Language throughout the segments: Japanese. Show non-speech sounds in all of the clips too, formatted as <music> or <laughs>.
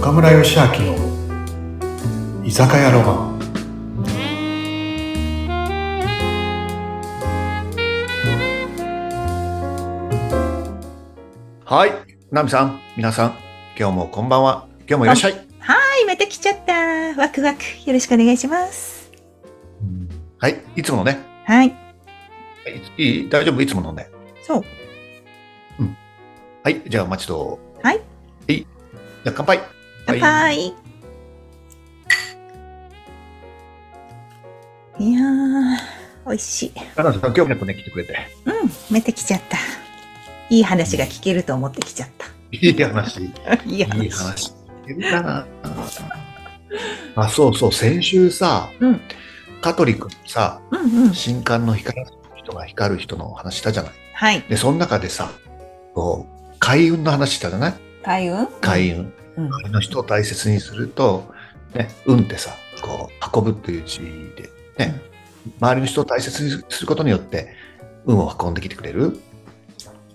岡村義明の居酒屋ロマンはい。ナミさん、皆さん、今日もこんばんは。今日もいらっしゃい。はい、また来ちゃった。ワクワク。よろしくお願いします。はい。いつものね。はい。いいい大丈夫いつものね。そう。はい。じゃあ、お待ちどう。はい。はい。じゃあ、乾杯。乾はい。杯。い、やー、美味しい。ナミさん、今日もやっとね、来てくれて。うん、また来ちゃった。いい話が聞けると思って来ちゃった。いい話。い <laughs> いいい。話。だな。あ、そうそう。先週さ、うん香取君さ、うんうん。新刊の光る人が光る人の話したじゃない。はい。で、その中でさ、こう、開運の話したじゃない開運開運、うん周りの人を大切にすると、ね、運ってさこう運ぶっていう字で、ね、周りの人を大切にすることによって運を運んできてくれる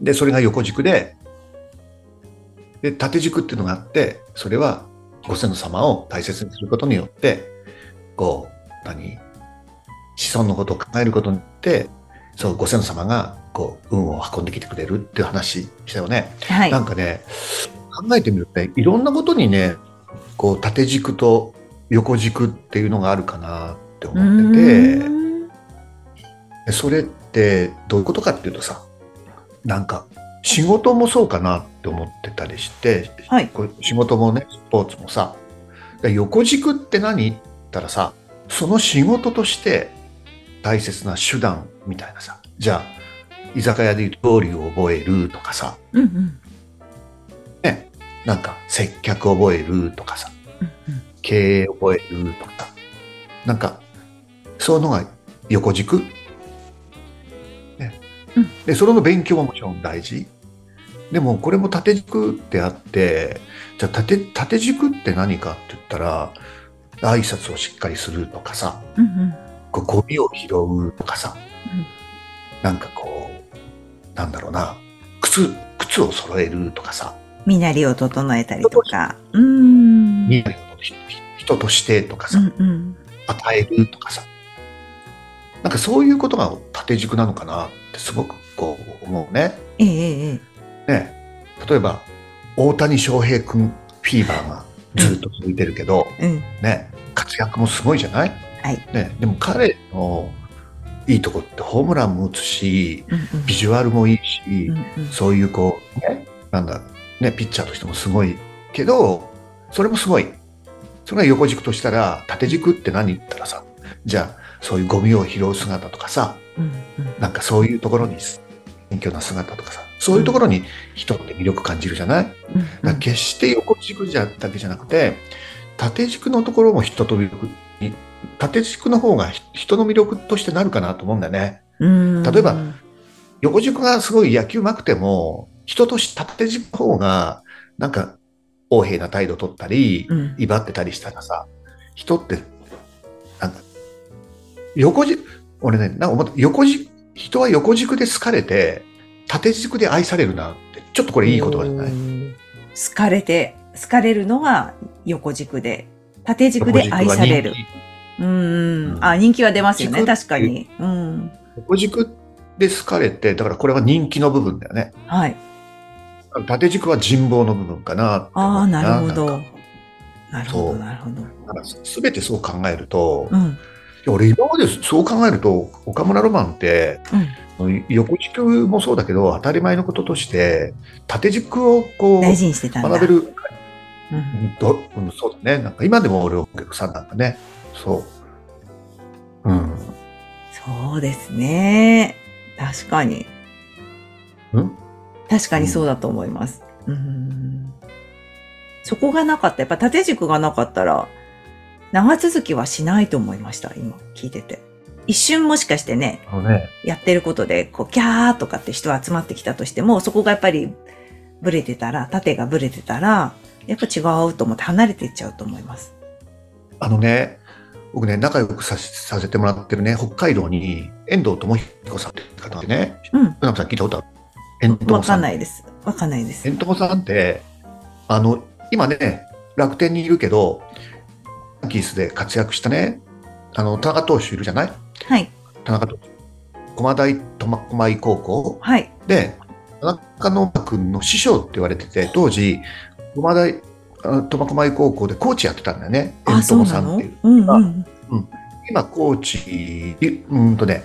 でそれが横軸でで縦軸っていうのがあってそれはご先祖様を大切にすることによってこう何子孫のことを考えることによってそうご先祖様がこう運を運んできてくれるっていう話したよね。はいな。んかね、考えてみるとね、いろんなことにね、こう縦軸と横軸っていうのがあるかなってう思ってーん。て、それってどういうことかっていうとさ、なんか仕事もそうかなって思ってたりして、はい。こう仕事もね、スポーツもさ、で横軸って何って言ったらさ、その仕事として大切な手段みたいなさ、じゃあ、居酒屋でいうと料理を覚えるとかさ、うんうん。ね、なんか接客覚えるとかさ、うんうん経営覚えるとかさ、なんか、そういうのが横軸。ねうんで、それの勉強ももちろん大事。でも、これも縦軸ってあって、じゃあ縦、縦軸って何かって言ったら、挨拶をしっかりするとかさ、うんうん。こうゴミを拾うとかさ、うんなんかこう、なんだろうな、靴、靴を揃えるとかさ、身なりを整えたりとか。うーん。見ないこととして人としてとかうさ、んうん。与えるとかさなんかそういうことが縦軸なのかなってすごくこう思うね。ええええ。ね例えば大谷翔平君フィーバーがずっと続いてるけど、うん。ね、活躍もすごいじゃない、はいね、でも彼のいいとこってホームランも打つしうんうん。ビジュアルもいいし、うんうんそういうこう、ね、なんだ、ね、ピッチャーとしてもすごいけど、それもすごい。それが横軸としたら、縦軸って何言ったらさ、じゃあ、そういうゴミを拾う姿とかさ、うんなんかそういうところに、謙虚な姿とかさ、そういうところに人って魅力感じるじゃない、うんだから決して横軸じゃだけじゃなくて、縦軸のところも人と魅力に、縦軸の方が人の魅力としてなるかなと思うんだよね。うん例えば横軸がすごい野球うまくても、人として縦軸の方が、なんか、横柄な態度取ったりう、ん威張ってたりしたらさ、人って、なんか、横軸、俺ね、なんか思った、横軸、人は横軸で好かれて、縦軸で愛されるなって、ちょっとこれいい言葉じゃない好かれて、好かれるのは横軸で、縦軸で愛される。うんう。んあ、人気は出ますよね。軸確かに。うん。横軸で好かれて、だからこれは人気の部分だよね。はい。縦軸は人望の部分かなってあ思あ、うなるほ。んどか。なるほそうど、なるほど。だから全てそう考えると、うん。ういん。や俺今までそう考えると岡村ロマンって横軸もそうだけど当たり前のこととして縦軸をこ大う事にしてたんだ。学べるうん。ど、うん、そうだねなんか今でも俺お客さんなんかねそううんそうですね。確かに。うん確かにそうだと思います。うん。そこがなかった。やっぱ縦軸がなかったら、長続きはしないと思いました。今、聞いてて。一瞬もしかしてね、あのねやってることで、こう、キャーとかって人集まってきたとしても、そこがやっぱり、ブレてたら、縦がブレてたら、やっぱ違うと思って離れていっちゃうと思います。あのね僕ね仲良くさしさせてもらってるね北海道に遠藤智彦さんって方でねうん。船木さん聞いたことある遠わ藤かさんんないです。わかんないです。遠藤さんってあの今ね楽天にいるけど、ヤンキースで活躍したね、あの、田中投手いるじゃないはい。田中投手。駒大苫小牧高校はい。で、田中野君の師匠って言われてて、当時、駒大、あ苫小牧高校でコーチやってたんだよね。遠あ、そ友うなさんっのていう。うんうん。今、コーチ、うーんとね、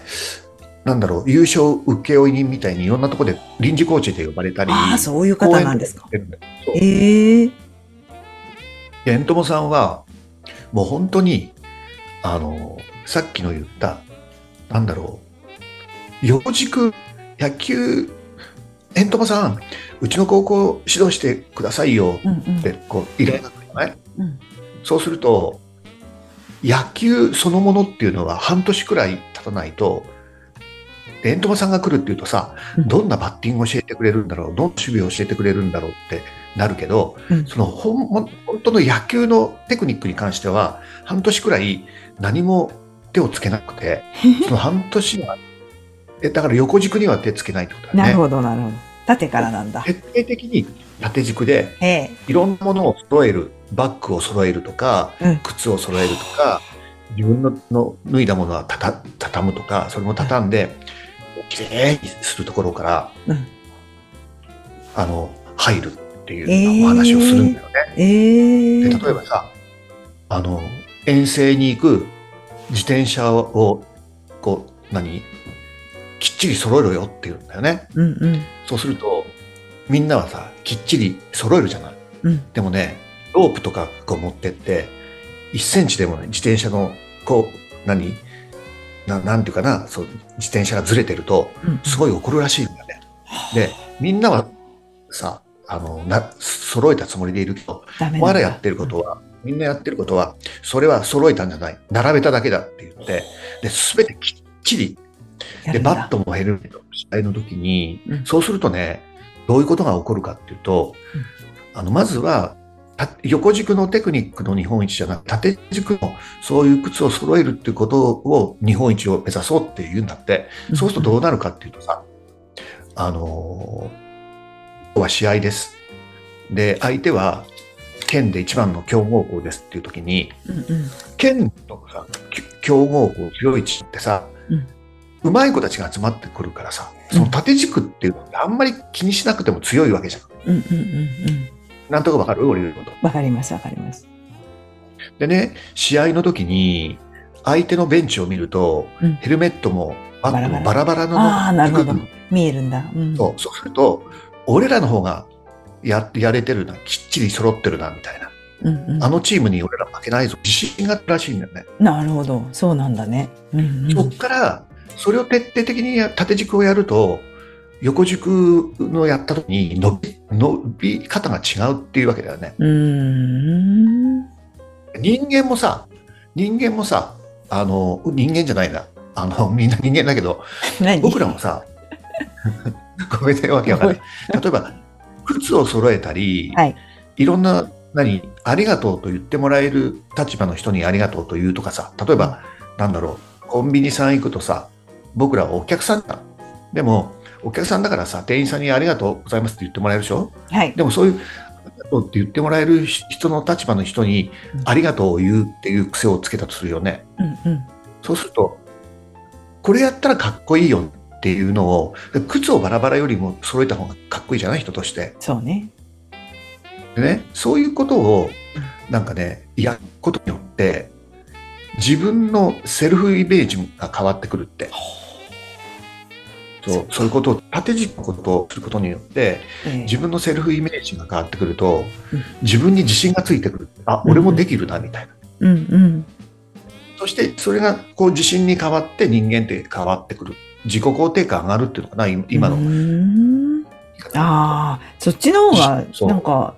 なんだろう、優勝請負人みたいにいろんなところで臨時コーチで呼ばれたり、ああ、そういう方なんですか講。演とやってるんだけど。そうええで遠友さんは、もう本当に、あの、さっきの言った、なんだろう、幼軸、野球、遠友さん、うちの高校指導してくださいようんって、こう、依頼が来るじゃないうん。うん。そうすると、野球そのものっていうのは半年くらい経たないと、で遠友さんが来るっていうとさうん、どんなバッティングを教えてくれるんだろう、どんな守備を教えてくれるんだろうってなるけど、うんその本物本当の野球のテクニックに関しては、半年くらい何も手をつけなく <laughs> て、その半年は、えだから横軸には手つけないってことだね。なるほど、なるほど。縦からなんだ。徹底的に縦軸でええ。いろんなものを揃える、バッグを揃えるとか、うん靴を揃えるとか、自分のの脱いだものはたた畳むとか、それも畳んで、きれいにするところから、うんあの、入るってえいーうお話をするんだよね。えでえ例えばさ、あの、遠征に行く自転車を、こう、何きっちり揃えろよって言うんだよね。うんうん。そうすると、みんなはさ、きっちり揃えるじゃない。うん。でもね、ロープとかこう持ってって、1センチでもね、自転車の、こう、何ななんていうかな、そう、自転車がずれてると、うん。すごい怒るらしいんだよね。で、みんなはさ、あの、な、揃えたつもりでいるけど、ダメおな前んらだやってることは、みんなやってることは、それは揃えたんじゃない。並べただけだって言って、で、すべてきっちりやで、るんだバットもヘルメットも試合の時に、うんそうするとね、どういうことが起こるかっていうと、あの、まずは、た横軸のテクニックの日本一じゃなく縦軸のそういう靴を揃えるっていうことを日本一を目指そうっていうんだって、そうするとどうなるかっていうとさ、あのー今日は試合です。で、相手は県で一番の強豪校ですっていう時に、うんうん。県とかさき強豪校強い地ってさ、うんうまい子たちが集まってくるからさその縦軸っていうのってあんまり気にしなくても強いわけじゃん。うんうんうんうん。なんとかわかる俺のこと。わかります、わかります。でね試合の時に相手のベンチを見ると、うんヘルメットもバットもババラバラのああ、なるほど低く。見えるんだ。うん。そうそうすると俺らの方がややれてるなきっちり揃ってるなみたいなうんうん。あのチームに俺ら負けないぞ自信があったらしいんだよね。なるほど。そうなんだね。うんうんそこから、それを徹底的にや縦軸をやると、横軸のやった時に伸び伸び方が違うっていうわけだよね。うーん。人間もさ、人間もさ、あの、人間じゃないな。あの、みんな人間だけど、何僕らも <laughs> さ、ごめんね、わけわかんない。例えば、靴を揃えたり、はいろんな、何、ありがとうと言ってもらえる立場の人にありがとうと言うとかさ、例えば、なんだろう、コンビニさん行くとさ、僕らはお客さんだ。でも、お客さんだからさ、店員さんにありがとうございますって言ってもらえるでしょはい。でもそういう、ありがとうって言ってもらえる人の立場の人にうん、ありがとうを言うっていう癖をつけたとするよね。うんうん。そうすると、これやったらかっこいいよっていうのを、靴をバラバラよりも揃えた方がかっこいいじゃない人として。そうね。でね、そういうことを、なんかね、やることによって、自分のセルフイメージが変わってくるって。そう、そういうことを縦軸のことをすることによって、え自分のセルフイメージが変わってくるとうん、自分に自信がついてくる。あ、俺もできるな、みたいな。うんうん。そしてそれがこう自信に変わって人間って変わってくる。自己肯定感上がるっていうのかな、今今うの。ーんああ、そっちの方が、そうなんか、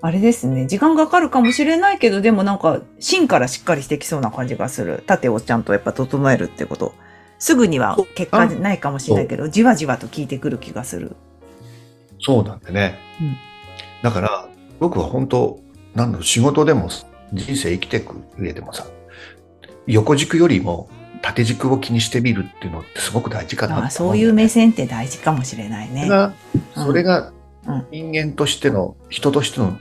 あれですね。時間かかるかもしれないけど、でもなんか、芯からしっかりしてきそうな感じがする。縦をちゃんとやっぱ整えるってこと。すぐには結果ないかもしれないけど、じわじわと効いてくる気がする。そうなんでね。うんだから僕は本当、なんだろう、仕事でも人生生きていく上でもさ、横軸よりも縦軸を気にしてみるっていうのってすごく大事かなああ、って思そうだいようね目線って大事かもしれないそれね。が、うんそれがうん人間としての、人としての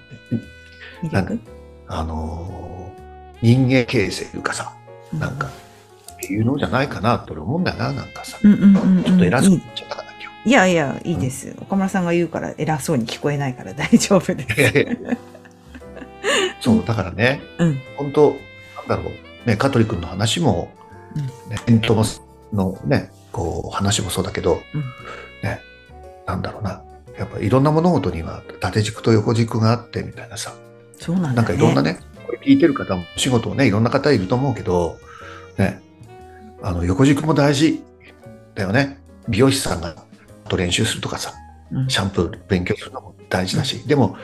魅力あのー人間形成というかさ、うなんか、っていうのじゃないかなと俺思うんだよな、なんかさ。うんうんうんうんちょっと偉そうにいいなっちゃったかな、今いやいやいいです、岡村さんが言うから偉そうに聞こえないから大丈夫 <laughs> です日。いやいや <laughs> そう、だからね、うん本当なんだろう、ね、香取君の話も、うんね、エントモスのね、こう、話もそうだけど、うんね、なんだろうな、やっぱいろんな物事には縦軸と横軸があってみたいなさ、そうなんなだ、ね、んかいろんなね、これ聞いてる方も、仕事をね、いろんな方いると思うけど、ね、あの、横軸も大事だよね。美容師さんが、あと練習するとかさ、うんシャンプー勉強するのも大事だし、でも、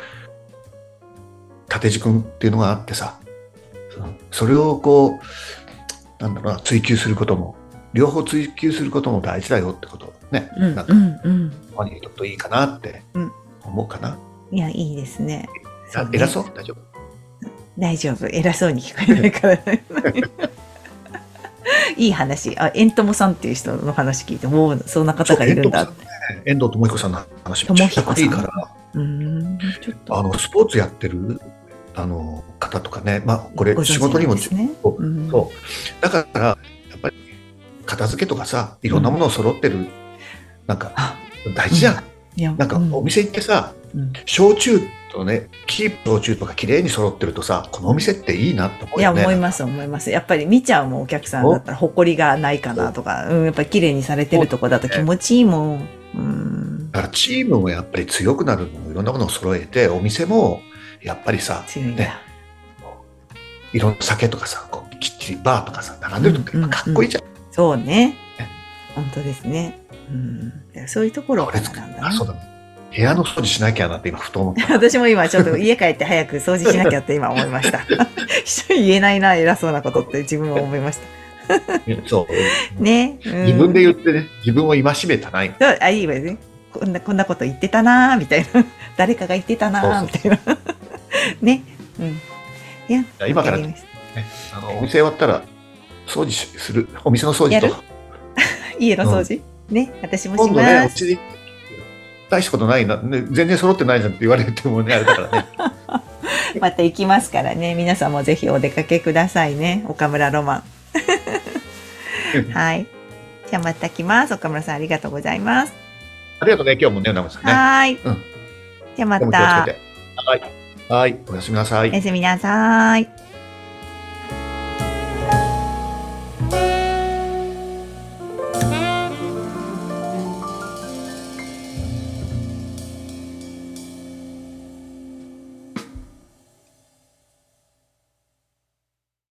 縦軸っていうのがあってさ、そのそれをこう、なんだろうな、追求することも、両方追求することも大事だよってことをね、うんなんうか、んうんマニュといいかなってうん思うかな。いやいいですねあね偉そう大丈夫大丈夫偉そうに聞こえないからねいい話あエントモさんっていう人の話聞いてもうそんな方がいるんだってそう遠藤智彦さんね遠藤智彦さんの話も智彦さんいいから、うーんちょっとあの、スポーツやってる、あの、方とかね、まあ、これご存知仕事にも、なんですねそううんそう。だから、やっぱり、片付けとかさ、いろんなものを揃ってる、なんか、あ大事じゃん。いやなんか、うんお店行ってさ、うん焼酎とね、キープ焼酎とか綺麗に揃ってるとさ、このお店っていいなと思いうやよね。思います思いますやっぱり見ちゃうもんお客さんだったら誇りがないかなとか、うん、やっぱり綺麗にされてるとこだと気持ちいいもんうんだから、チームもやっぱり強くなるのも、いろんなものを揃えて、お店も、やっぱりさ、強いんねだ、いろんな酒とかさ、こうきっちりバーとかさ、並んでるとうんやっうんぱかっこいいじゃん。そうねね本当ですねうんだからそういうところこかれら作るなんだあ、なそうだね。部屋の掃除しなきゃなって今、ふと <laughs> 思った。私も今ちょっと家帰って早く掃除しなきゃって今思いました <laughs> 人に言えないな偉そうなことって自分は思いましたそう。ね、うん自分で言ってね、自分を戒めたない。そうあいいわねこんなこんなこと言ってたなーみたいな <laughs> 誰かが言ってたなーみたいな <laughs> ねうん今からわりね、ましたあのお店終わったら、掃除しする。お店の掃除やとる。家の掃除、ね私も今し度ね、まうす、ちに大したことないな、ね、全然揃ってないじゃんって言われてもね、あれだから <laughs> ね。また行きますからね皆さんもぜひお出かけくださいね岡村ロマンはいじゃあまた来ます岡村さんありがとうございますありがとうね、今日もね、ナムさんね。はーい、うんじゃあま今日も気をたつけて。はい。はい。おやすみなさいお。やすみなさい